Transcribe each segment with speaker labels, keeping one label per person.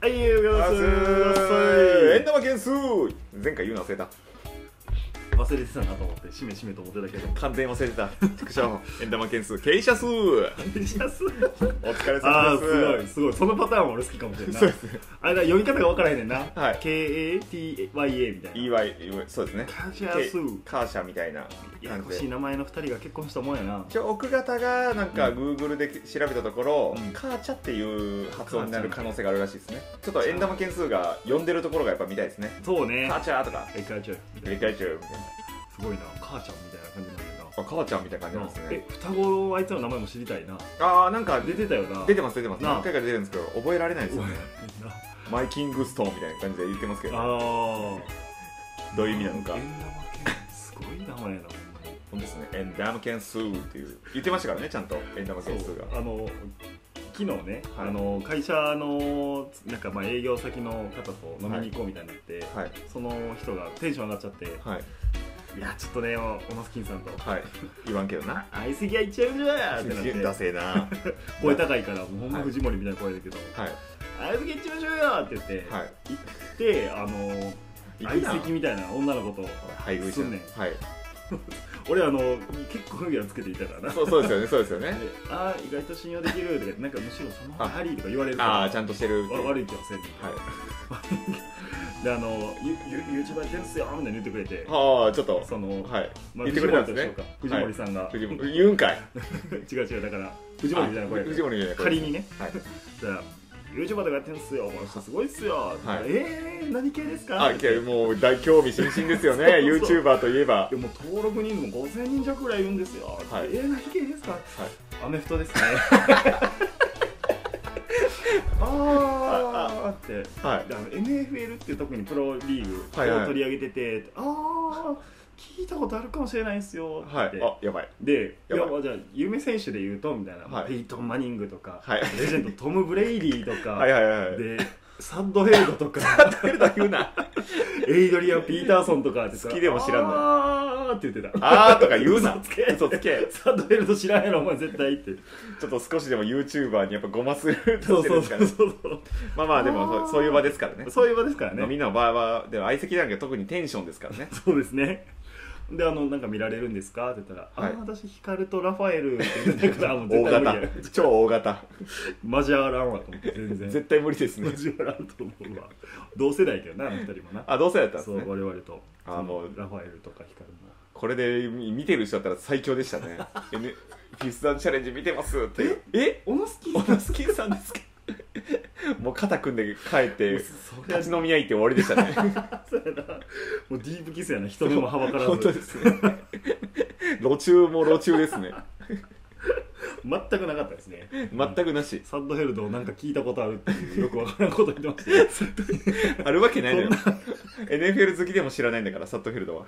Speaker 1: はい、おやすみなさ
Speaker 2: 円玉件数前回言うの忘れた
Speaker 1: い。忘れてたなと思って、しめしめと思ってたけど。
Speaker 2: 完全に忘れてた畜生円玉件数傾斜数お疲れ
Speaker 1: あ
Speaker 2: 様
Speaker 1: あ、
Speaker 2: です
Speaker 1: すごい、すごい。そのパターンは俺好きかもしれんな
Speaker 2: そう
Speaker 1: い
Speaker 2: で。す
Speaker 1: あれだ、読み方が分からへんねんな。
Speaker 2: はい
Speaker 1: K-A-T-Y-A みたいな。
Speaker 2: EY そうですね
Speaker 1: カジャス。
Speaker 2: カーシャみたいな
Speaker 1: やや
Speaker 2: 感
Speaker 1: こ
Speaker 2: じ
Speaker 1: しい
Speaker 2: で
Speaker 1: 名前の二人が結婚したもんやな。
Speaker 2: 一応奥方がなんか Google で調べたところ、
Speaker 1: うん
Speaker 2: カーチャっていう発音になる可能性があるらしいですねちょっと円玉件数が呼んでるところがやっぱ見たいですね
Speaker 1: そう
Speaker 2: カ
Speaker 1: ね。
Speaker 2: ーチャーとか
Speaker 1: え、母ちゃん。
Speaker 2: レ
Speaker 1: す
Speaker 2: カチューみたい
Speaker 1: ごいな。母ちゃんみたいな感じなんだけど。
Speaker 2: なあカーチャーみたいな感じなんですね
Speaker 1: え、双子のあいつの名前も知りたいな。
Speaker 2: ああなんか
Speaker 1: 出てたよな。
Speaker 2: 出てます出てます
Speaker 1: なあ
Speaker 2: 何回か出てるんですけど覚えられないですよ
Speaker 1: おい
Speaker 2: ね
Speaker 1: な
Speaker 2: マイキングストーンみたいな感じで言ってますけど
Speaker 1: ああ。
Speaker 2: どういう意味なのか
Speaker 1: 円玉剣すごい名前やな、ほんまに。
Speaker 2: そうですねエンダム件数っていう言ってましたからねちゃんとエンダム
Speaker 1: そう
Speaker 2: 件数が
Speaker 1: あの昨日ね、
Speaker 2: はい
Speaker 1: あの会社のなんかまあ営業先の方と飲みに行こうみたいになって、
Speaker 2: はい
Speaker 1: その人がテンション上がっちゃって、
Speaker 2: はい
Speaker 1: いやちょっとねおオノスキンさんと
Speaker 2: はい言わんけどな
Speaker 1: 相席屋行っちゃうじゃんって な
Speaker 2: ダ
Speaker 1: って
Speaker 2: せえなは
Speaker 1: 声高いからもうほんま藤森みたいな声だけど相席屋行っちゃいましょうよって言って、
Speaker 2: いはい
Speaker 1: 行ってあの
Speaker 2: いくな
Speaker 1: 相席みたいな女の子と
Speaker 2: 配偶者
Speaker 1: すんねん
Speaker 2: はい
Speaker 1: 俺あの結構雰囲気をつけていたからな
Speaker 2: そうそうですよねそうですよね
Speaker 1: であー意外と信用できるとかなんかむしろその方がハリーとか言われるから
Speaker 2: ああちゃんとしてるっていう
Speaker 1: わ悪い気はせんねんけど
Speaker 2: はい
Speaker 1: であのゆゆ YouTuber やってんすよみたいな言ってくれて
Speaker 2: はあちょっと
Speaker 1: その、
Speaker 2: はい
Speaker 1: まあ、
Speaker 2: 言ってくれたんですね
Speaker 1: 藤森さんが、
Speaker 2: 藤森言うんかい
Speaker 1: 違う 違うだから藤森みたいな声
Speaker 2: あ藤森みたいな声
Speaker 1: 仮にね
Speaker 2: はい
Speaker 1: じゃあ YouTuber とかやってんすよこの人すごいっすよ、
Speaker 2: はい
Speaker 1: えー、何系ですか
Speaker 2: あ
Speaker 1: って
Speaker 2: けどもう大興味津々ですよね
Speaker 1: そうそう
Speaker 2: YouTuber といえば
Speaker 1: でも登録人数も5000人弱ぐらいいるんですよ、
Speaker 2: はい
Speaker 1: えー、何系ですか、アメフトです ねあーって
Speaker 2: はい
Speaker 1: であの NFL って特にプロリーグ
Speaker 2: はいはい
Speaker 1: を取り上げてて、ああ聞いたことあるかもしれないですよって、
Speaker 2: はいあやばい
Speaker 1: でい
Speaker 2: や
Speaker 1: や
Speaker 2: ばい
Speaker 1: じゃあ有名選手で言うとみたいな、
Speaker 2: はい
Speaker 1: ペイトン・マニングとか、
Speaker 2: はい
Speaker 1: レジェンドトム・ブレイディとか
Speaker 2: はいはいはいはい
Speaker 1: でサッド・ヘイドと か
Speaker 2: 出ると言うな
Speaker 1: エイドリアン・ピーターソンとかって
Speaker 2: 好きでも知らんのよ
Speaker 1: あーって言ってた
Speaker 2: あーとか言うな
Speaker 1: 嘘つけ
Speaker 2: 嘘つけ
Speaker 1: サッド・ヘイド知らんやろお前絶対って
Speaker 2: ちょっと少しでも YouTuber にやっぱごまする
Speaker 1: そ
Speaker 2: と
Speaker 1: う
Speaker 2: してる
Speaker 1: そ
Speaker 2: ん
Speaker 1: う
Speaker 2: です
Speaker 1: そうそうそ
Speaker 2: かね
Speaker 1: う
Speaker 2: まあまあで
Speaker 1: あ
Speaker 2: も
Speaker 1: ー
Speaker 2: そういう場ですからね
Speaker 1: そういう場ですからね
Speaker 2: 飲みの場はでも相席なんか特にテンションですからね
Speaker 1: そうですね。で、あの、なんか見られるんですかって言ったら、
Speaker 2: はい
Speaker 1: ああ、私、ヒカルとラファエルって言ってたから、もう
Speaker 2: 大
Speaker 1: 絶対無
Speaker 2: 型
Speaker 1: 理や。
Speaker 2: 超大型
Speaker 1: マジ上がらんわと思って、全然。
Speaker 2: 絶対無理ですね
Speaker 1: マジ上がらんと思うわ。同世代だよな、あの二人もな。
Speaker 2: あどうせやったんです
Speaker 1: そう、
Speaker 2: ね
Speaker 1: 我々と。
Speaker 2: あーもう
Speaker 1: そのラファエルとかヒカルも。
Speaker 2: これで見てる人だったら最強でした ね N フィスダンチャレンジ見てますってえ
Speaker 1: オノスキ
Speaker 2: オ
Speaker 1: ー
Speaker 2: ナスキンさんですか もう肩組んで帰って
Speaker 1: そりゃ
Speaker 2: 立ち飲み屋行って終わりでしたね
Speaker 1: そうやな。 もうディープキスやな、人目もはばから
Speaker 2: 本当
Speaker 1: ず
Speaker 2: で。すね路中も路中ですね
Speaker 1: 全くなかったですね。
Speaker 2: 全くなし
Speaker 1: サッドヘルドをなんか聞いたことあるっていう、よくわからんこと言ってま したね。
Speaker 2: あるわけないのよ NFL 好きでも知らないんだからサットフィールドは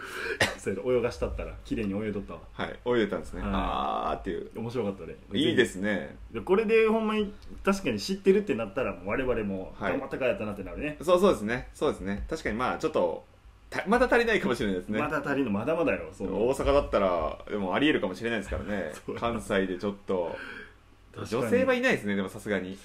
Speaker 1: それで泳がしたったら、綺麗に泳いどったわ。
Speaker 2: はい泳いでたんですね、
Speaker 1: はい
Speaker 2: あーっていう
Speaker 1: 面白かったね。
Speaker 2: いいですね
Speaker 1: でこれでほんまに確かに知ってるってなったらもう我々も
Speaker 2: はい
Speaker 1: 頑張ったかやったなってなるね、
Speaker 2: そうそうですねそうですね確かにまあちょっとたまだ足りないかもしれないですね
Speaker 1: まだ足りんのまだまだよそ
Speaker 2: 大
Speaker 1: の
Speaker 2: 阪だったらでもありえるかもしれないですからね
Speaker 1: そう
Speaker 2: 関西でちょっと
Speaker 1: 確かに
Speaker 2: 女性はいないですねでもさすがに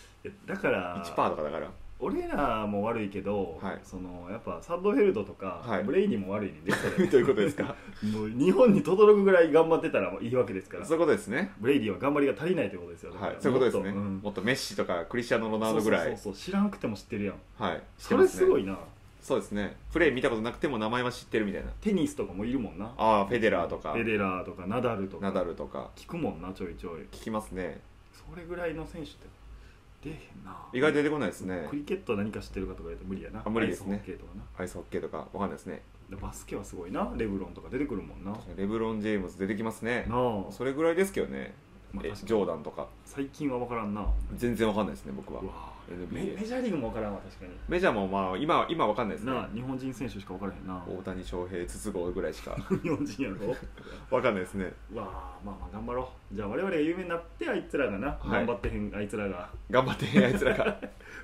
Speaker 1: だから
Speaker 2: 1%とかだから
Speaker 1: 俺らも悪いけど、
Speaker 2: はい
Speaker 1: そのやっぱサッドフェルドとか、
Speaker 2: はい
Speaker 1: ブレイディも悪いねんで
Speaker 2: ということ ですか
Speaker 1: もう日本に轟くぐらい頑張ってたらいいわけですから
Speaker 2: そういうことですね
Speaker 1: ブレイディは頑張りが足りないということですよだか
Speaker 2: はい
Speaker 1: ら
Speaker 2: そういうことです
Speaker 1: も
Speaker 2: ね
Speaker 1: っうん
Speaker 2: もっとメッシとかクリスチャーノ・ロナウドぐらい
Speaker 1: そうそうそう知らなくても知ってるやん
Speaker 2: はい知って
Speaker 1: そ
Speaker 2: ま
Speaker 1: れ
Speaker 2: ね
Speaker 1: すごいな
Speaker 2: そうですねプレー見たことなくても名前は知ってるみたいな
Speaker 1: テニスとかもいるもんな
Speaker 2: ああフェデラーとか
Speaker 1: フェデラーとかナダルと
Speaker 2: ナ
Speaker 1: か
Speaker 2: ダルとか
Speaker 1: 聞くもんなちょいちょい
Speaker 2: 聞きますね
Speaker 1: それぐらいの選手って出えへんな
Speaker 2: 意外と出てこないですね
Speaker 1: クリケット何か知ってるかとか言うと無理やな
Speaker 2: あ無理です
Speaker 1: ア
Speaker 2: ね
Speaker 1: イスホッケーとかな
Speaker 2: アイスホッケーとかわかんないですね
Speaker 1: でバスケはすごいなレブロンとか出てくるもんなな
Speaker 2: レブロン・ジェームズ出てきますね
Speaker 1: あ
Speaker 2: それぐらいですけどね
Speaker 1: まあ
Speaker 2: え
Speaker 1: 確かに
Speaker 2: ジョーダンとか
Speaker 1: 最近は分からんなう
Speaker 2: 全然わかんないですね僕は
Speaker 1: わ
Speaker 2: NBA
Speaker 1: メメジャーリーグも分からんわ確かに
Speaker 2: メジャーもまあ今は今わかんないですね
Speaker 1: なあ日本人選手しか分からへんな
Speaker 2: 大谷翔平筒香ぐらいしか
Speaker 1: 日本人やろ
Speaker 2: わかんないですね
Speaker 1: うわあまあまあ頑張ろうじゃあ我々が有名になってあいつらがな、
Speaker 2: はい
Speaker 1: 頑張ってへんあいつらが
Speaker 2: 頑張ってあいつらが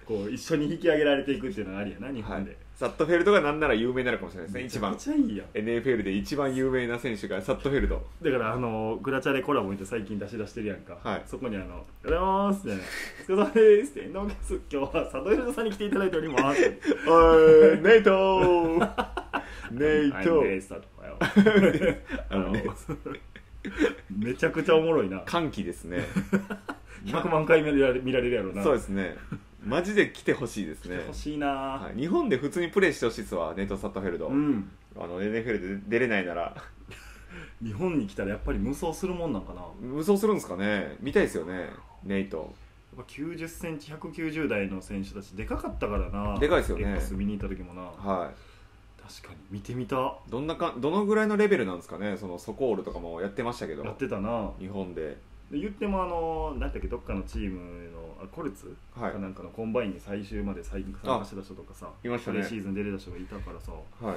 Speaker 1: こう一緒に引き上げられていくっていうのがありや な日本で、
Speaker 2: サットフェルドがなんなら有名になるかもしれないですね一番
Speaker 1: めちゃくちゃいいやん
Speaker 2: NFL で一番有名な選手がサットフェルド
Speaker 1: だからあのグラチャレコラボ見て最近出し出してるやんか、
Speaker 2: はい
Speaker 1: そこにあの「おはようございます」みたいな「お疲れ様です」って「どうもです」す今日は佐渡エルザさんに来ていただいております
Speaker 2: おいネイト ーネイト
Speaker 1: はい
Speaker 2: ー
Speaker 1: 姉さんおはよ
Speaker 2: あのね
Speaker 1: うめちゃくちゃおもろいな
Speaker 2: 歓喜です ね
Speaker 1: 100万回目でやれ見られるやろうな
Speaker 2: そうですねマジで来てほしいですね
Speaker 1: 欲しいな、
Speaker 2: はい、日本で普通にプレイしてほしいですわネイト・サットフェルド、
Speaker 1: うん
Speaker 2: あの NFL で出れないなら
Speaker 1: 日本に来たらやっぱり無双するもんなんかなやっ
Speaker 2: 無双するんですかね見たいですよねネイト
Speaker 1: ぱ9 0センチ1 9 0代の選手たちでかかったからな
Speaker 2: でかいですよね
Speaker 1: X 見に行った時もな
Speaker 2: は
Speaker 1: 確かに見てみた
Speaker 2: いどんなかどのぐらいのレベルなんですかねそのソコールとかもやってましたけど
Speaker 1: やってたな
Speaker 2: 日本で
Speaker 1: で言ってもあのなんだっけどっかのチームのあコルツ
Speaker 2: は
Speaker 1: かないんかのコンバインに最終まで参加してた人とかさ
Speaker 2: いました
Speaker 1: プレ
Speaker 2: ね
Speaker 1: シーズン出れた人がいたからさ
Speaker 2: はい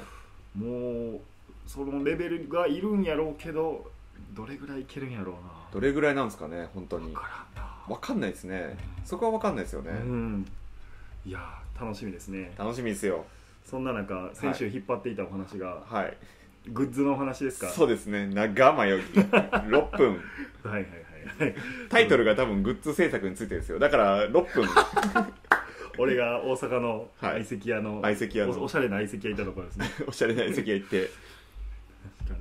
Speaker 1: もうそのレベルがいるんやろうけどどれぐらいいけるんやろうな
Speaker 2: どれぐらいなんですかね本当
Speaker 1: 分
Speaker 2: に
Speaker 1: からんな
Speaker 2: わかんないですねそこはわかんないですよね、
Speaker 1: うんいやー楽しみですね
Speaker 2: 楽しみですよ
Speaker 1: そんな中先週引っ張っていたお話が、
Speaker 2: はい
Speaker 1: グッズのお話ですか
Speaker 2: そうですね長間よぎ
Speaker 1: はいは
Speaker 2: 6分
Speaker 1: いはいはい
Speaker 2: タイトルが多分グッズ制作についてですよだから6分
Speaker 1: 俺が大阪の
Speaker 2: はい
Speaker 1: 相席屋の、
Speaker 2: 相席屋
Speaker 1: おお
Speaker 2: の
Speaker 1: しゃれな相席屋いたところですね
Speaker 2: おしゃれな席へ行って
Speaker 1: 確か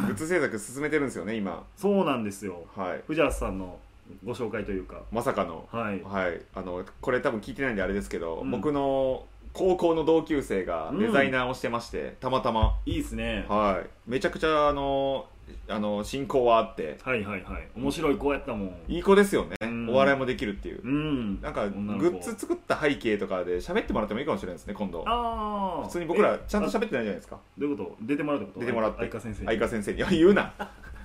Speaker 1: に
Speaker 2: グッズ制作進めてるんですよね今
Speaker 1: そうなんですよ
Speaker 2: はい
Speaker 1: 藤原さんのご紹介というか
Speaker 2: まさかの
Speaker 1: はい
Speaker 2: はいあのこれ多分聞いてないんであれですけど、
Speaker 1: うん
Speaker 2: 僕の高校の同級生がデザイナーをしてまして、たまたま
Speaker 1: いいですね
Speaker 2: はいめちゃくちゃあのあの進行はあって
Speaker 1: はいはいはい面白い子やったもん
Speaker 2: いい子ですよね、
Speaker 1: うん
Speaker 2: お笑いもできるっていう、
Speaker 1: うん
Speaker 2: なんか
Speaker 1: 女の子
Speaker 2: グッズ作った背景とかで喋ってもらってもいいかもしれないですね今度
Speaker 1: ああ
Speaker 2: 普通に僕らちゃんと
Speaker 1: ど
Speaker 2: 喋ってないじゃないですか
Speaker 1: ういうこと出てもらうってこと
Speaker 2: 出てもらって
Speaker 1: 相川先生に
Speaker 2: 相川先生に「いや言うな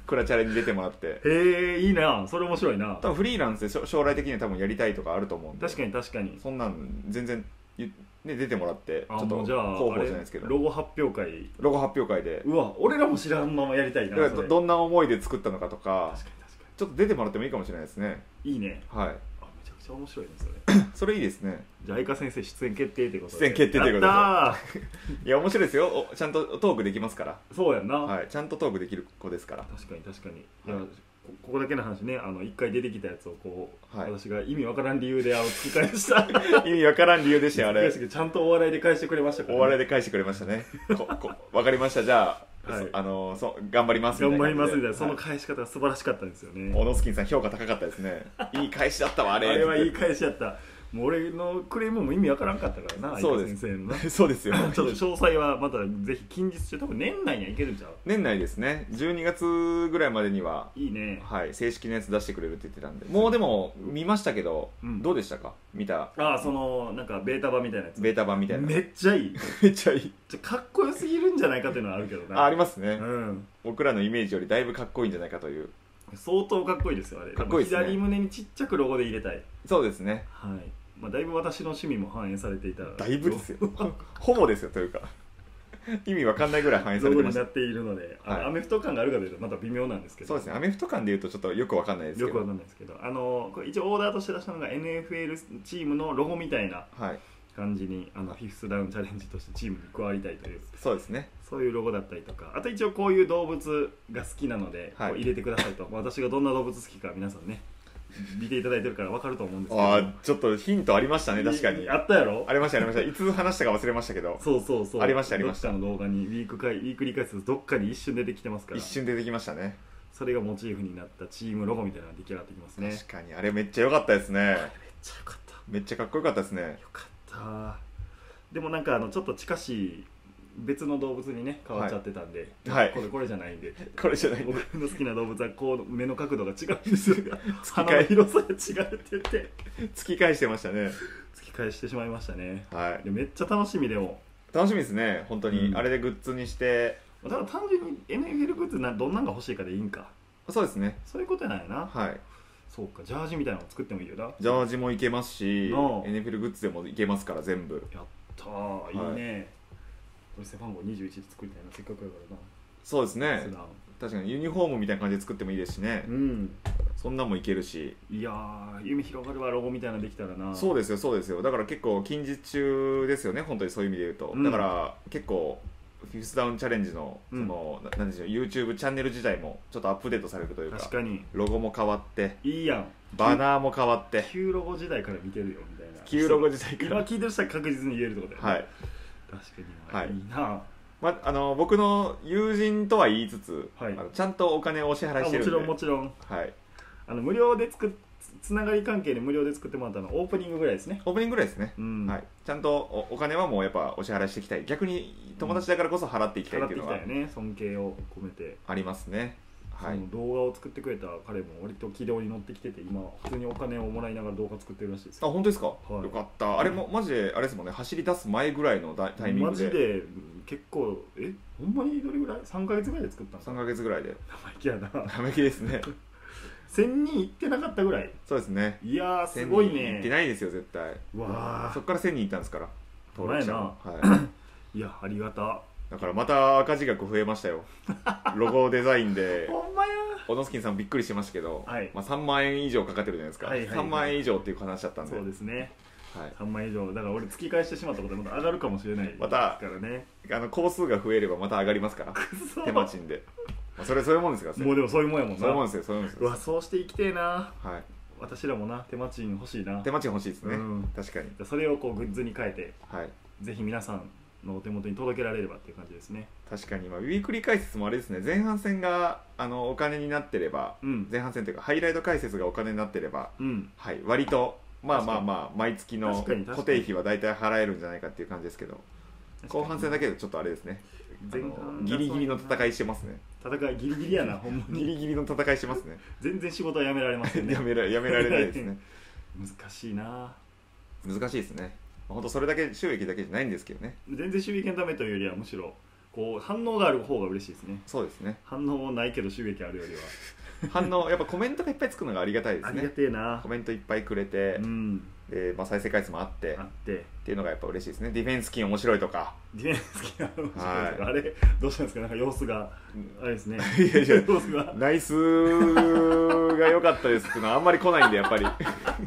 Speaker 2: クラチャレに出てもらって
Speaker 1: へえいいなそれ面白いな
Speaker 2: 多分フリーランスでしょ将来的には多分やりたいとかあると思うんで
Speaker 1: 確かに確かに
Speaker 2: そんなん全然ゆ、ね、出てもらってち
Speaker 1: あ
Speaker 2: ょっ
Speaker 1: も
Speaker 2: と
Speaker 1: うじゃあ
Speaker 2: 候補
Speaker 1: あ
Speaker 2: じ
Speaker 1: れ
Speaker 2: ゃないですけど
Speaker 1: ロゴ発表会
Speaker 2: ロゴ発表会で
Speaker 1: うわ俺らも知らんままやりたいな
Speaker 2: だから
Speaker 1: そ
Speaker 2: ど
Speaker 1: れ
Speaker 2: どんな思いで作ったのかとか
Speaker 1: 確かに確か
Speaker 2: ちょっと出てもらってもいいかもしれないですね
Speaker 1: にいいね
Speaker 2: はい
Speaker 1: あめちゃくちゃ面白いねそれ
Speaker 2: それいいですね
Speaker 1: じゃあ相川先生出演決定ってことで
Speaker 2: 出演決定ということで
Speaker 1: やった
Speaker 2: いや面白いですよおちゃんとトークできますから、
Speaker 1: ーそうやんな、
Speaker 2: はい、ちゃんとトークできる子ですから
Speaker 1: 確かに確かにいや
Speaker 2: はい
Speaker 1: こここだけの話ねあの一回出てきたやつをこう、
Speaker 2: はい
Speaker 1: 私が意味わからん理由であの突き返 した
Speaker 2: 意味わからん理由でしたよあ
Speaker 1: 悔
Speaker 2: れ
Speaker 1: しいけどちゃんとお笑いで返してくれましたから、
Speaker 2: お笑い
Speaker 1: で
Speaker 2: で返してくれましたねここわかりましたじゃあ、
Speaker 1: はい
Speaker 2: そあのそ頑張ります
Speaker 1: 頑張りますみたいな、
Speaker 2: 感じ
Speaker 1: そ
Speaker 2: で
Speaker 1: の返し方が素晴らしかったんですよね
Speaker 2: はい、オノスキンさん評価高かったです ねいい返しだったわあ
Speaker 1: あれ
Speaker 2: れ
Speaker 1: はいい返しやったもう俺のクレームも意味わからんかったからな
Speaker 2: そう
Speaker 1: 相
Speaker 2: で
Speaker 1: 川先
Speaker 2: す
Speaker 1: 生のな
Speaker 2: そうです よ
Speaker 1: ちょっと詳細はまたぜひ近日中多分年内にはいけるんちゃう
Speaker 2: 年内ですね12月ぐらいまでにはい
Speaker 1: いね
Speaker 2: はい、正式なやつ出してくれるって言ってたんでもうでも見ましたけど、
Speaker 1: うん
Speaker 2: どうでしたか見た
Speaker 1: ああそのなんかベータ版みたいなやつ
Speaker 2: ベータ版みたいな
Speaker 1: めっちゃいい
Speaker 2: めっちゃいい
Speaker 1: ちょかっこよすぎるんじゃないかっていうのはあるけどな
Speaker 2: あありますね、
Speaker 1: うん
Speaker 2: 僕らのイメージよりだいぶかっこいいんじゃないかという
Speaker 1: 相当かっこいいですよあれ
Speaker 2: かっこいいですね
Speaker 1: でも左胸にちっちゃくロゴで入れたい
Speaker 2: そうですね
Speaker 1: はい、まあ、だいぶ私の趣味も反映されていた
Speaker 2: だいぶ ですよほぼですよというか意味わかんないぐらい反映さ
Speaker 1: ロ
Speaker 2: れ
Speaker 1: ゴ
Speaker 2: てま
Speaker 1: に
Speaker 2: し
Speaker 1: な
Speaker 2: た
Speaker 1: っているので、あの
Speaker 2: はい
Speaker 1: アメフト感があるかというとまた微妙なんですけど
Speaker 2: そうですねアメフト感でいうとちょっとよくわかんないですけ
Speaker 1: よ
Speaker 2: ど
Speaker 1: くわかんないですけどあのこれ一応オーダーとして出したのが NFL チームのロゴみたいな
Speaker 2: はい
Speaker 1: 感じにあのフィフスダウンチャレンジとしてチームに加わりたいという
Speaker 2: そうですね
Speaker 1: そういうロゴだったりとかあと一応こういう動物が好きなので、
Speaker 2: はい
Speaker 1: こう入れてくださいとまあ私がどんな動物好きか皆さんね見ていただいてるから分かると思うんですけど
Speaker 2: ああちょっとヒントありましたね確かに
Speaker 1: あ
Speaker 2: あ
Speaker 1: ったやろ
Speaker 2: りましたありましたいつ話したか忘れましたけど
Speaker 1: そうそうそう
Speaker 2: ありましたありました
Speaker 1: どっかの動画にウィーク回ウィークリー解説どっかに一瞬出てきてますから
Speaker 2: 一瞬出てきましたね
Speaker 1: それがモチーフになったチームロゴみたいなのが出来上がってきますねめっ
Speaker 2: 確かにあれめっちゃ良かったですね
Speaker 1: ちゃよかった
Speaker 2: めっちゃかっこよかったですね
Speaker 1: よかったでもなんかあのちょっと近しい別の動物にね変わっちゃってたんで、
Speaker 2: はい
Speaker 1: これこれじゃないんで
Speaker 2: これじゃない
Speaker 1: 僕の好きな動物はこう目の角度が違うん ですよ
Speaker 2: 突き
Speaker 1: 鼻の
Speaker 2: 返
Speaker 1: 広さが違うって言って
Speaker 2: 突き返してましたね
Speaker 1: 突き返してしまいましたね
Speaker 2: はい
Speaker 1: でめっちゃ楽しみでも
Speaker 2: 楽しみですね本当に、
Speaker 1: うん
Speaker 2: あれでグッズにして
Speaker 1: ただ単純に NFL グッズなどんなんが欲しいかでいいんか
Speaker 2: そうですね
Speaker 1: そういうことなんやな
Speaker 2: はい
Speaker 1: そうかジャージみたいなの作ってもいいよな
Speaker 2: ジャージもいけますし
Speaker 1: なあ
Speaker 2: NFL グッズでもいけますから全部
Speaker 1: やったーいいね、これ背番号21で作りたいなせっかくやからな
Speaker 2: そうですね
Speaker 1: 普段
Speaker 2: 確かにユニフォームみたいな感じで作ってもいいですしね
Speaker 1: うん
Speaker 2: そんなんもいけるし
Speaker 1: いやー夢広がるわロゴみたいなのできたらな
Speaker 2: そうですよそうですよだから結構近日中ですよね本当にそういう意味で言うと、
Speaker 1: うん
Speaker 2: だから結構フィフスダウンチャレンジのその、ななんでしょう YouTube チャンネル自体もちょっとアップデートされるというか
Speaker 1: 確かに
Speaker 2: ロゴも変わって
Speaker 1: いいやん
Speaker 2: バナーも変わって
Speaker 1: 旧ロゴ時代から見てるよみたいな
Speaker 2: 旧ロゴ自体か
Speaker 1: 今
Speaker 2: ら
Speaker 1: 聞いてる人は確実に言えるってことだよね、
Speaker 2: はい、
Speaker 1: 確かに、
Speaker 2: はい
Speaker 1: い、いな
Speaker 2: ま、あの僕の友人とは言いつつ、
Speaker 1: はい
Speaker 2: あのちゃんとお金をお支
Speaker 1: あ
Speaker 2: 払いし
Speaker 1: も
Speaker 2: てるん
Speaker 1: ち
Speaker 2: で
Speaker 1: ろんもちろん
Speaker 2: はい、
Speaker 1: あの無料で作っつながり関係で無料で作ってもらったのはオープニングぐらいですね
Speaker 2: オープニングぐらいですね、
Speaker 1: うん、
Speaker 2: はい、ちゃんとおお金はもうやっぱお支払いしていきたい逆に友達だからこそ払っていきたい
Speaker 1: 払
Speaker 2: っ
Speaker 1: ってて
Speaker 2: い
Speaker 1: き
Speaker 2: うの
Speaker 1: た
Speaker 2: が
Speaker 1: よね尊敬を込めて、
Speaker 2: ありますね、はい
Speaker 1: その動画を作ってくれた彼も割と軌道に乗ってきてて今は普通にお金をもらいながら動画作ってるらしいです
Speaker 2: あ
Speaker 1: よ
Speaker 2: 本当ですか、
Speaker 1: はい
Speaker 2: よかったあれもマジであれですもんね走り出す前ぐらいのだタイミン
Speaker 1: マ
Speaker 2: グ
Speaker 1: ジ
Speaker 2: で
Speaker 1: で結構えほんまにどれぐらい3か月ぐらいで作ったんです
Speaker 2: 3
Speaker 1: か
Speaker 2: ヶ月ぐらいで
Speaker 1: 生意気やな
Speaker 2: ダメ気で すね
Speaker 1: 1000人いってなかったぐらい
Speaker 2: そうですね
Speaker 1: いやーすごい
Speaker 2: 1000人行って
Speaker 1: ね
Speaker 2: ないですよ絶対
Speaker 1: わ
Speaker 2: そ
Speaker 1: あ
Speaker 2: っから1000人行ったんですからもはい
Speaker 1: やありがた
Speaker 2: い、だからまた赤字額増えまし たよロゴデザインで
Speaker 1: ほんまや
Speaker 2: 小野スキンさんびっくりしてましたけど、
Speaker 1: はい
Speaker 2: まあ、3万円以上かかってるじゃないですか、
Speaker 1: はいはいはい
Speaker 2: 3万円以上っていう話だったんで
Speaker 1: そうですね
Speaker 2: はい、
Speaker 1: 3万以上だから俺突き返してしまったことでまた上がるかもしれない
Speaker 2: また
Speaker 1: ですからね
Speaker 2: あの工数が増えればまた上がりますから手間賃で、まあ、それそういうもんですからそれ
Speaker 1: もうでもそういうもんやもんな
Speaker 2: そういうもんですよそういうもんです
Speaker 1: う
Speaker 2: よ
Speaker 1: わそうしていきてえな
Speaker 2: はい
Speaker 1: 私らもな手間賃欲しいな
Speaker 2: 手間賃欲しいですね、
Speaker 1: うん
Speaker 2: 確かに
Speaker 1: それをこうグッズに変えて
Speaker 2: はい
Speaker 1: ぜひ皆さんのお手元に届けられればっていう感じですね
Speaker 2: 確かに今ウィークリー解説もあれですね前半戦があのお金になってれば
Speaker 1: うん
Speaker 2: 前半戦というかハイライト解説がお金になってれば
Speaker 1: うん
Speaker 2: はい割とまあ
Speaker 1: 確か
Speaker 2: まあ
Speaker 1: に
Speaker 2: まあ毎月の
Speaker 1: 確かに確かに
Speaker 2: 固定費は大体払えるんじゃないかっていう感じですけど後半戦だけでちょっとあれですねあ
Speaker 1: 前
Speaker 2: の
Speaker 1: 半
Speaker 2: ギリギリの戦
Speaker 1: い
Speaker 2: いしてますね
Speaker 1: 戦いギリギリやなほんま
Speaker 2: ギ
Speaker 1: に
Speaker 2: リギリの戦いして ますね
Speaker 1: 全然仕事はやめられませんね
Speaker 2: やめらやめられないですね
Speaker 1: 難しいな
Speaker 2: 難しいですねまあ本当それだけ収益だけじゃないんですけどね
Speaker 1: 全然収益のためというよりはむしろこう反応がある方が嬉しいですね
Speaker 2: そうですね
Speaker 1: 反応もないけど収益あるよりは
Speaker 2: 反応やっぱコメントがいっぱいつくのがありがたいで
Speaker 1: あ
Speaker 2: す
Speaker 1: りが
Speaker 2: ね
Speaker 1: てえな
Speaker 2: コメントいっぱいくれて
Speaker 1: う、ん
Speaker 2: でまあ、再生回数もあって
Speaker 1: あって
Speaker 2: っていうのがやっぱ嬉しいですねディフェンス金面白いとか
Speaker 1: ディフェンス機能面白いですが
Speaker 2: は
Speaker 1: あれどうしたんですかなんか様子があれですね
Speaker 2: いやいや
Speaker 1: 様子が
Speaker 2: ナイスが良かったですっていうのはあんまり来ないんでやっぱり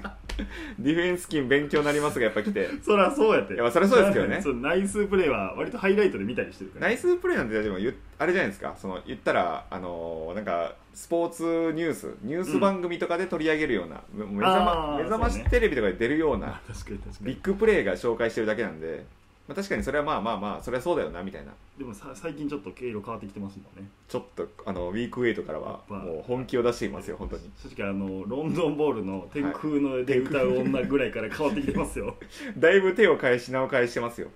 Speaker 2: ディフェンス金勉強になりますがやっぱ来て
Speaker 1: そらそうやって
Speaker 2: いやまあそりゃそうですけどね
Speaker 1: そうナイスプレーは割とハイライトで見たりしてるから
Speaker 2: ナイスプレーなんてでも言っあれじゃないですかその言ったらあのーなんかスポーツニュースニュース番組とかで取り上げるような、め目覚
Speaker 1: あ
Speaker 2: ま
Speaker 1: ー
Speaker 2: 目覚ま
Speaker 1: そう
Speaker 2: し
Speaker 1: ね
Speaker 2: テレビとかで出るような
Speaker 1: 確かに確か
Speaker 2: ビッ
Speaker 1: に
Speaker 2: グプレーが紹介してるだけなんで、まあ、確かにそれはまあまあまあそれはそうだよなみたいな
Speaker 1: でもさ最近ちょっと経路変わってきてますもんね
Speaker 2: ちょっとあのウィークエイトからは
Speaker 1: やっぱ
Speaker 2: もう本気を出していますよ本当に
Speaker 1: 正直あのロンドンボールの天空ので歌う女ぐらいから変わってきてますよ
Speaker 2: だいぶ手を返しなを返してますよ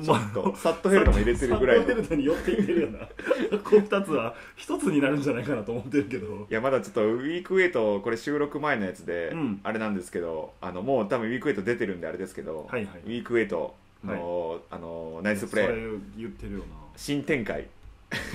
Speaker 2: ちょっとサットヘルドも入れてるぐらい
Speaker 1: サンドフェ
Speaker 2: の
Speaker 1: ルトに寄っていってるよなこの2つは1つになるんじゃないかなと思ってるけど
Speaker 2: いやまだちょっとウィークエイトこれ収録前のやつで、
Speaker 1: うん
Speaker 2: あれなんですけどあのもう多分ウィークエイト出てるんであれですけど、
Speaker 1: はいはい
Speaker 2: ウィークエイトの,、あのナイスプレ
Speaker 1: それ
Speaker 2: ー
Speaker 1: 言ってるよ
Speaker 2: 新展開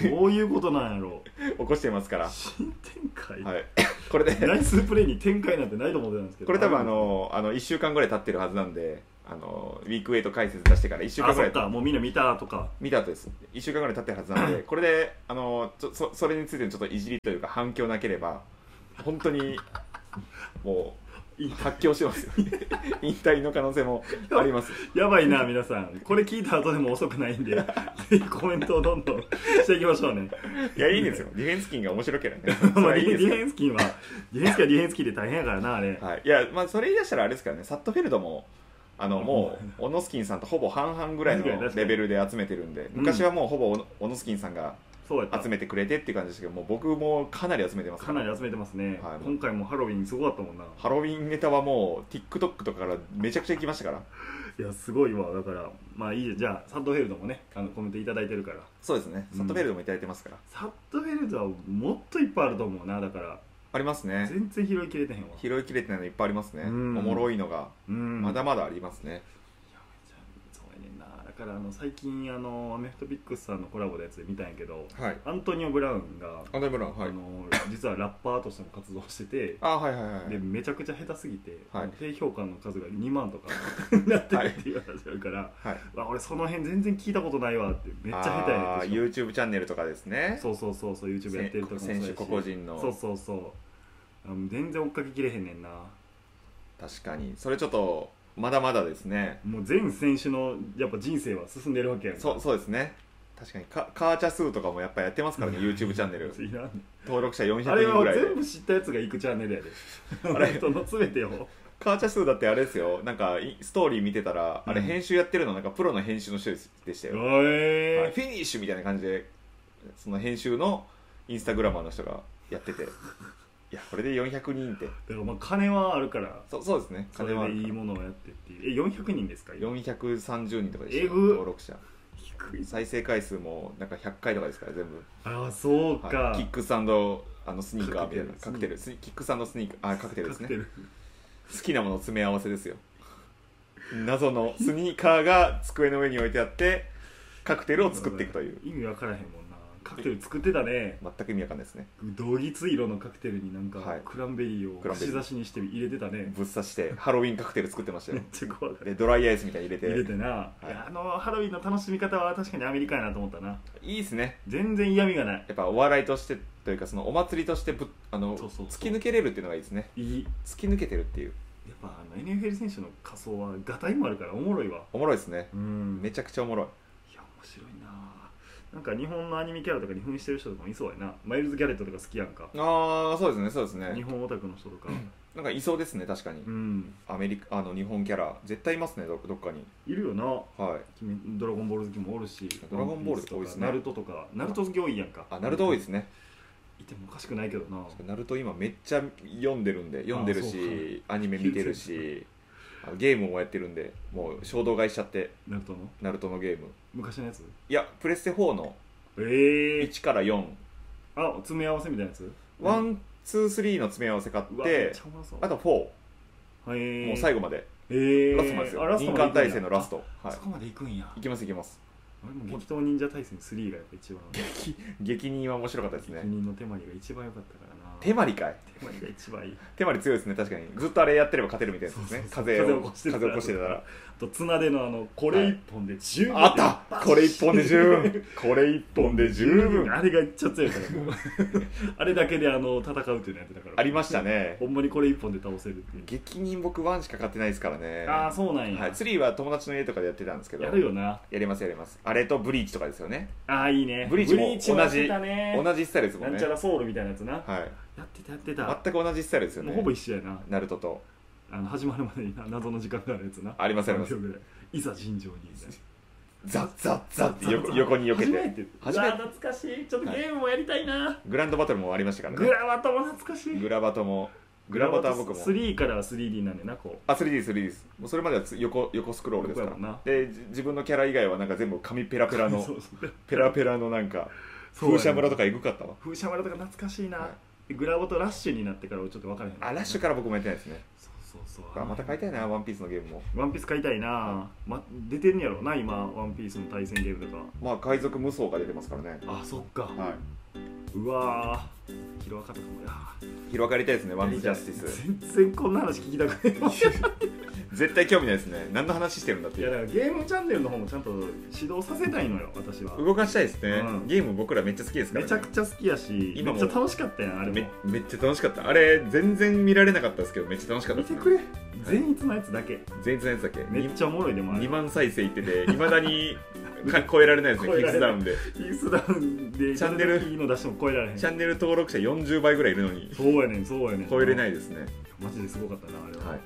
Speaker 1: などういうことなんやろ
Speaker 2: 起こしてますから、は
Speaker 1: 新展開、
Speaker 2: い、 これ
Speaker 1: ナ
Speaker 2: で
Speaker 1: イスプレーに展開なんてないと思ってたんですけど
Speaker 2: これ多分あのあの1週間ぐらい経ってるはずなんであのウィークエイト解説出してから1週間
Speaker 1: あ
Speaker 2: ぐ
Speaker 1: そ
Speaker 2: ら
Speaker 1: っ
Speaker 2: い
Speaker 1: かもうみんな見たとか
Speaker 2: 見た後です1週間ぐらい経ってるはずな のでこれであのちょそそれについてのちょっといじりというか反響なければ本当にも
Speaker 1: いうい
Speaker 2: 発狂してますよ引退の可能性もあり ます
Speaker 1: やばい な皆さんこれ聞いた後でも遅くないんでぜひコメントをどんどんしていきましょうね
Speaker 2: いやいいんですよディフェンス金が面白ければね それ
Speaker 1: まあ
Speaker 2: は
Speaker 1: デ
Speaker 2: いい
Speaker 1: ィ
Speaker 2: んで
Speaker 1: フ
Speaker 2: す
Speaker 1: ェ
Speaker 2: よ
Speaker 1: ンスキンはディフェンスキンはディフェンスキンで大変やからなあれ
Speaker 2: はい、いやまあそれ言い出したらあれですからねサットフェルドもあのもうオノスキンさんとほぼ半々ぐらい
Speaker 1: 確かに
Speaker 2: の
Speaker 1: 確かに
Speaker 2: レベルで集めてるんで
Speaker 1: うん
Speaker 2: 昔はもうほぼオノオノスキンさんが
Speaker 1: そうやった
Speaker 2: 集めてくれてっていう感じでしたけどもう僕もかなり集めてます
Speaker 1: かなり集めてますね、
Speaker 2: はい
Speaker 1: 今回もハロウィンすごかったもんな
Speaker 2: ハロウィンネタはもう TikTok とかからめちゃくちゃ行きましたから
Speaker 1: いやすごいわだからまあいいよじゃあサッドフェルドもねあのコメントいただいてるから
Speaker 2: そうですね
Speaker 1: うん
Speaker 2: サットフェルドもいただいてますから、
Speaker 1: サッドフェルドはもっといっぱいあると思うなだから
Speaker 2: ありますね
Speaker 1: 全然拾いきれてへんわ
Speaker 2: 拾いきれてないのいっぱいありますねお
Speaker 1: うん
Speaker 2: もろいのが
Speaker 1: うん
Speaker 2: まだまだありますね、
Speaker 1: いやめちゃそうやねんなだからあの最近あのアメフトピックスさんのコラボのやつで見たんやけど
Speaker 2: はい
Speaker 1: アントニオ・ブラウンが、
Speaker 2: アンダーブラウンは
Speaker 1: あ
Speaker 2: い
Speaker 1: の実はラッパーとしても活動してて
Speaker 2: あはいはいはいはい
Speaker 1: でめちゃくちゃ下手すぎて、
Speaker 2: はい
Speaker 1: 低評価の数が2万と かなってるっていう話あるから、
Speaker 2: はい
Speaker 1: わ俺その辺全然聞いたことないわってめっちゃ下手やね
Speaker 2: あー
Speaker 1: んてしかも
Speaker 2: YouTube チャンネルとかですね
Speaker 1: そうそうそうそう YouTube やってるとかもそうや
Speaker 2: 選
Speaker 1: し
Speaker 2: 手個々人の
Speaker 1: そうそうそうあの全然追っかけきれへんねんな
Speaker 2: 確かにそれちょっとまだまだですね
Speaker 1: もう全選手のやっぱ人生は進んでるわけやんか
Speaker 2: そうそうですね確かにカカーチャスーとかもやっぱやってま すからね YouTube チャンネル
Speaker 1: いらん
Speaker 2: 登録者
Speaker 1: あれ
Speaker 2: 400人ぐ
Speaker 1: は
Speaker 2: らいで
Speaker 1: 全部知ったやつが行くチャンネルやであ
Speaker 2: れ
Speaker 1: れその全てを
Speaker 2: カーチャスーだってあれですよなんかいストーリー見てたらあれ
Speaker 1: うん
Speaker 2: 編集やってるのなんかプロの編集の人でしたよ、はい
Speaker 1: え
Speaker 2: フィニッシュみたいな感じでその編集のインスタグラマーの人がやっ てていやこれで400人って
Speaker 1: だからまあ金はあるから
Speaker 2: そそうですね
Speaker 1: そ
Speaker 2: 金
Speaker 1: れ
Speaker 2: はあ
Speaker 1: で
Speaker 2: る
Speaker 1: いい
Speaker 2: か
Speaker 1: ものをやってっていうえ400人ですから今
Speaker 2: 430人とかでした
Speaker 1: え
Speaker 2: よ
Speaker 1: ぐ
Speaker 2: 登録者
Speaker 1: 低い
Speaker 2: 再生回数もなんか100回とかですから全部、
Speaker 1: ああそうか、
Speaker 2: はい、キックスあのスニーカーみたいなカ
Speaker 1: カ
Speaker 2: ク
Speaker 1: ク
Speaker 2: テ
Speaker 1: テ
Speaker 2: ル
Speaker 1: ル
Speaker 2: スニキックススニーカーあカクテルですね
Speaker 1: カクテル
Speaker 2: 好きなもの詰め合わせですよ謎のスニーカーが机の上に置いてあってカクテルを作っていくという
Speaker 1: 意味わからへんもんなカクテル作ってたね
Speaker 2: 全く意味わかんないですね
Speaker 1: 同つ色のカクテルになんか
Speaker 2: はい
Speaker 1: クランベリーを
Speaker 2: クランベ
Speaker 1: 串
Speaker 2: リー
Speaker 1: 刺しにして入れてたね
Speaker 2: ぶっ刺してハロウィンカクテル作ってました
Speaker 1: めっ
Speaker 2: よ
Speaker 1: ちゃ怖かった
Speaker 2: でドライアイスみたいに入れて
Speaker 1: 入れてな、い、
Speaker 2: い
Speaker 1: やあのハロウィンの楽しみ方は確かにアメリカやなと思ったない
Speaker 2: いですね
Speaker 1: 全然嫌味がない
Speaker 2: やっぱお笑いとしてというかそのお祭りとしてぶっあの
Speaker 1: そうそうそう
Speaker 2: 突き抜けれるっていうのがいいですね
Speaker 1: いい
Speaker 2: 突き抜けてるっていう
Speaker 1: やっぱあの NFL 選手の仮装はがたいもあるからおもろいわ
Speaker 2: おもろいですね
Speaker 1: うん
Speaker 2: めちゃくちゃおもろい
Speaker 1: いや面白いななんか日本のアニメキャラとかに扮してる人とかもいそうやなマイルズ・ギャレットとか好きやんか、
Speaker 2: ああそうですねそうです
Speaker 1: 日
Speaker 2: ね
Speaker 1: 本オタクの人とか
Speaker 2: なんかいそうですね確かに
Speaker 1: うん
Speaker 2: アメリカあの日本キャラ絶対いますねどどっかに
Speaker 1: いるよな
Speaker 2: はい
Speaker 1: 君ドラゴンボール好きもおるし
Speaker 2: ドラゴンボール好き多いですね
Speaker 1: ワンピースとかナルトとかナルト好き多いやんか
Speaker 2: あナルト多いですすね
Speaker 1: いてもおかしくないけどな
Speaker 2: ナルト今めっちゃ読んでるんで読んでる
Speaker 1: あそう
Speaker 2: しアニメ見てるしあのゲームもやってるんでもう衝動買いしちゃって
Speaker 1: ナルトの
Speaker 2: ナルトのゲーム
Speaker 1: 昔のやつ
Speaker 2: いやプレステ4の
Speaker 1: ええ
Speaker 2: 1から4
Speaker 1: あ詰め合わせみたいなやつ
Speaker 2: ワ
Speaker 1: うん
Speaker 2: ンツースリーの詰め合わせ買っ
Speaker 1: うわめってちゃおもろそう
Speaker 2: あと4
Speaker 1: はいえー、
Speaker 2: もう最後まで
Speaker 1: えー、
Speaker 2: ラストまでです
Speaker 1: あ
Speaker 2: よ
Speaker 1: ト
Speaker 2: 民
Speaker 1: まで行
Speaker 2: 間
Speaker 1: くんや
Speaker 2: 大戦のラスト
Speaker 1: あ
Speaker 2: はい
Speaker 1: そこまで行くんや
Speaker 2: いきますいきます
Speaker 1: 俺も激闘忍者対戦3がやっぱ一番
Speaker 2: 激人は面白かったです
Speaker 1: 芸
Speaker 2: ね
Speaker 1: 人の手まりが一番良かったからな
Speaker 2: 手まりかい
Speaker 1: 手まりが一番いい
Speaker 2: 手まり強いですね確かにずっとあれやってれば勝てるみたいなやつですね
Speaker 1: そうそう
Speaker 2: 風
Speaker 1: そう
Speaker 2: を
Speaker 1: 風
Speaker 2: 風
Speaker 1: を起
Speaker 2: を起
Speaker 1: こ
Speaker 2: こ
Speaker 1: し
Speaker 2: してて
Speaker 1: た
Speaker 2: た
Speaker 1: ら
Speaker 2: ら
Speaker 1: あと綱でのあのこれ一本で十分、
Speaker 2: あったこれ1本で 十分これ1本で十分
Speaker 1: あれがいっちゃ強いからあれだけであの戦うっていうのやってたから
Speaker 2: ありましたね
Speaker 1: ほんまにこれ一本で倒せるっていう、
Speaker 2: 激人僕1しか買ってないですからね
Speaker 1: ああそうなんや、
Speaker 2: はい、3は友達の家とかでやってたんですけど
Speaker 1: やるよな
Speaker 2: やりますやりますあれとブリーチとかですよね
Speaker 1: ああいいね
Speaker 2: ブリーチも
Speaker 1: やってたね
Speaker 2: 同じスタイルですも
Speaker 1: なんん
Speaker 2: ね
Speaker 1: ちゃらソウルみたいなやつな、
Speaker 2: はい
Speaker 1: やってたやってた、
Speaker 2: 全く同じスタイルですよ
Speaker 1: も
Speaker 2: ね
Speaker 1: うほぼ一緒やな
Speaker 2: ナルトと
Speaker 1: あの始まるまでにな謎の時間があるやつな
Speaker 2: ありますあります
Speaker 1: 30秒ぐらいいざ尋常にみたいな
Speaker 2: ザッザッザッって横横に避け
Speaker 1: 初め
Speaker 2: て
Speaker 1: て
Speaker 2: 初めて
Speaker 1: うわ懐かしいちょっとゲームもやりたいな、
Speaker 2: グランドバトルもありましたから
Speaker 1: グ
Speaker 2: ね
Speaker 1: ラバトも懐かしい
Speaker 2: グラバトもグラバトは僕も
Speaker 1: 3からは 3D なんでなこう
Speaker 2: あ 3D3D ですもうそれまではつ横横スクロールですか
Speaker 1: 横やもん
Speaker 2: ら
Speaker 1: な
Speaker 2: でじ自分のキャラ以外はなんか全部紙ペラペラ の
Speaker 1: そうそう
Speaker 2: ペラペラのなんか
Speaker 1: そうや
Speaker 2: 風
Speaker 1: ね
Speaker 2: 車村とかエグかったわ
Speaker 1: 風車村とか懐かしいな、
Speaker 2: は
Speaker 1: グラボとラッシュになってから俺ちょっと分からへん
Speaker 2: あラッシュから僕もやってないですね
Speaker 1: そうそうそう
Speaker 2: あまた買いたいなワンピースのゲームも
Speaker 1: ワンピース買いたいな、ま、出てんやろな今ワンピースの対戦ゲームとか
Speaker 2: まあ海賊無双が出てますからね
Speaker 1: あそっか、
Speaker 2: は
Speaker 1: うわー広かったかもや
Speaker 2: い広がりたいですねワンピースジャスティス
Speaker 1: 全然こんな話聞きたくない
Speaker 2: 絶対興味ないですね何の話してるんだっ
Speaker 1: い
Speaker 2: てい
Speaker 1: や
Speaker 2: う
Speaker 1: だからゲームチャンネルの方もちゃんと指導させたいのよ私は
Speaker 2: 動かしたいですね、
Speaker 1: うん
Speaker 2: ゲーム僕らめっちゃ好きですから、
Speaker 1: め
Speaker 2: ね、
Speaker 1: ちゃくちゃ好きやしめ
Speaker 2: 今
Speaker 1: っ
Speaker 2: も
Speaker 1: ちゃ楽しかったやんあれも
Speaker 2: めめっちゃ楽しかったあれ全然見られなかったですけどめっちゃ楽しかった
Speaker 1: 見
Speaker 2: です、
Speaker 1: てく
Speaker 2: ね、
Speaker 1: れ善逸のやつだけ
Speaker 2: 前日のやつだっけ
Speaker 1: めっちゃおもろいでもあれ
Speaker 2: 2万再生いってていまだにか 超えられないですね
Speaker 1: 超え
Speaker 2: キ
Speaker 1: ら
Speaker 2: ッ
Speaker 1: れ
Speaker 2: クス
Speaker 1: な
Speaker 2: ダ
Speaker 1: い
Speaker 2: ウンで
Speaker 1: ピースダウンで
Speaker 2: チャンネル
Speaker 1: いいの出しても超えられへん
Speaker 2: チャンネル登録者40倍ぐらいいるのに
Speaker 1: そうやねんそうやねん
Speaker 2: 超えれないいですね、
Speaker 1: マジですごかったなあれは、
Speaker 2: はい、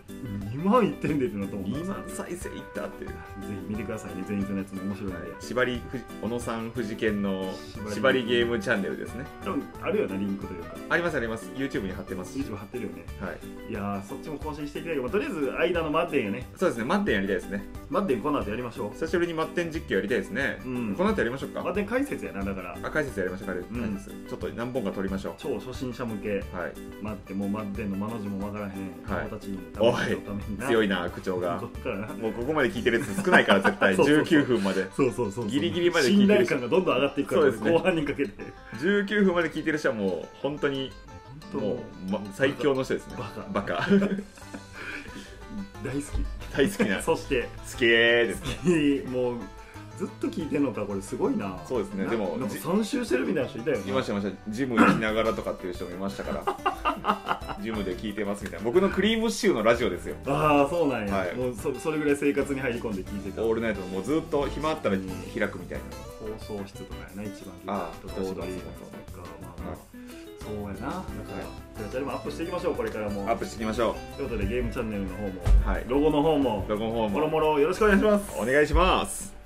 Speaker 1: 2万いってんでってなと思
Speaker 2: 2
Speaker 1: った
Speaker 2: 万再生いったっていう、は
Speaker 1: ぜひ見てくださいね善逸のやつも面白いので
Speaker 2: い、縛りふじ小野さん富士県の
Speaker 1: 縛り
Speaker 2: 縛りゲームチャンネルですね
Speaker 1: 多分あるよなリンクというか
Speaker 2: ありますあります YouTube に貼ってますし
Speaker 1: YouTube 貼ってるよね
Speaker 2: はい、
Speaker 1: いやーそっちも更新していきたいけど、まあ、とりあえず間のマッデンやね
Speaker 2: そうですね満点やりたいですね
Speaker 1: マッデンこの後やりましょ
Speaker 2: 久しぶりに満点実況やりたいですね、
Speaker 1: うん
Speaker 2: この後やりましょう
Speaker 1: うマッ
Speaker 2: か
Speaker 1: デン解説やなだから
Speaker 2: あ解説やりましょうか、解説ちょっと何本か取りましょ
Speaker 1: 超初心者向け
Speaker 2: うはい
Speaker 1: 待ってもうマッデンの間の字もわからへん、
Speaker 2: はい
Speaker 1: 友達にも
Speaker 2: お
Speaker 1: 試し
Speaker 2: い
Speaker 1: のためにな
Speaker 2: 強いな口調が
Speaker 1: こっからな
Speaker 2: もうここまで聞いてるやつ少ないから絶 対
Speaker 1: そうそうそう
Speaker 2: 19分まで
Speaker 1: そうそうそうそう
Speaker 2: ギリギリまで聞
Speaker 1: 信
Speaker 2: いて
Speaker 1: 頼
Speaker 2: る人
Speaker 1: 感がどんどん上がっていくから、
Speaker 2: そうですね
Speaker 1: 後半にかけて
Speaker 2: 19分まで聞いてる人はもう本当にもう、ま最強の人ですね
Speaker 1: バカ
Speaker 2: バカ
Speaker 1: 大好き
Speaker 2: 大好きな
Speaker 1: そ
Speaker 2: 好
Speaker 1: して
Speaker 2: きーです
Speaker 1: もうずっと聞いてんのかこれすごいな
Speaker 2: そうですね
Speaker 1: な
Speaker 2: でも
Speaker 1: なんか
Speaker 2: じ
Speaker 1: 3周してるみたいな人いたよね
Speaker 2: いましたいましたジム行きながらとかっていう人もいましたからジムで聞いてますみたいな僕のクリームシチューのラジオですよ
Speaker 1: ああそうなんや、
Speaker 2: はい
Speaker 1: もうそそれぐらい生活に入り込んで聞いてた
Speaker 2: オールナイトもうずっと暇あったら
Speaker 1: うん
Speaker 2: 開くみたいな、
Speaker 1: 放送室とかやな一番聞いた
Speaker 2: あ
Speaker 1: と
Speaker 2: ー
Speaker 1: かオードリーのやつとかまあまあ、そうやなだから、じゃあでもアップしていきましょうこれからも
Speaker 2: アップしていきましょ
Speaker 1: ということでゲームチャンネルの方も
Speaker 2: うはい
Speaker 1: ロゴの方も
Speaker 2: ロゴンフォー
Speaker 1: もろ
Speaker 2: ム
Speaker 1: もろよろしくお願いします
Speaker 2: お願いします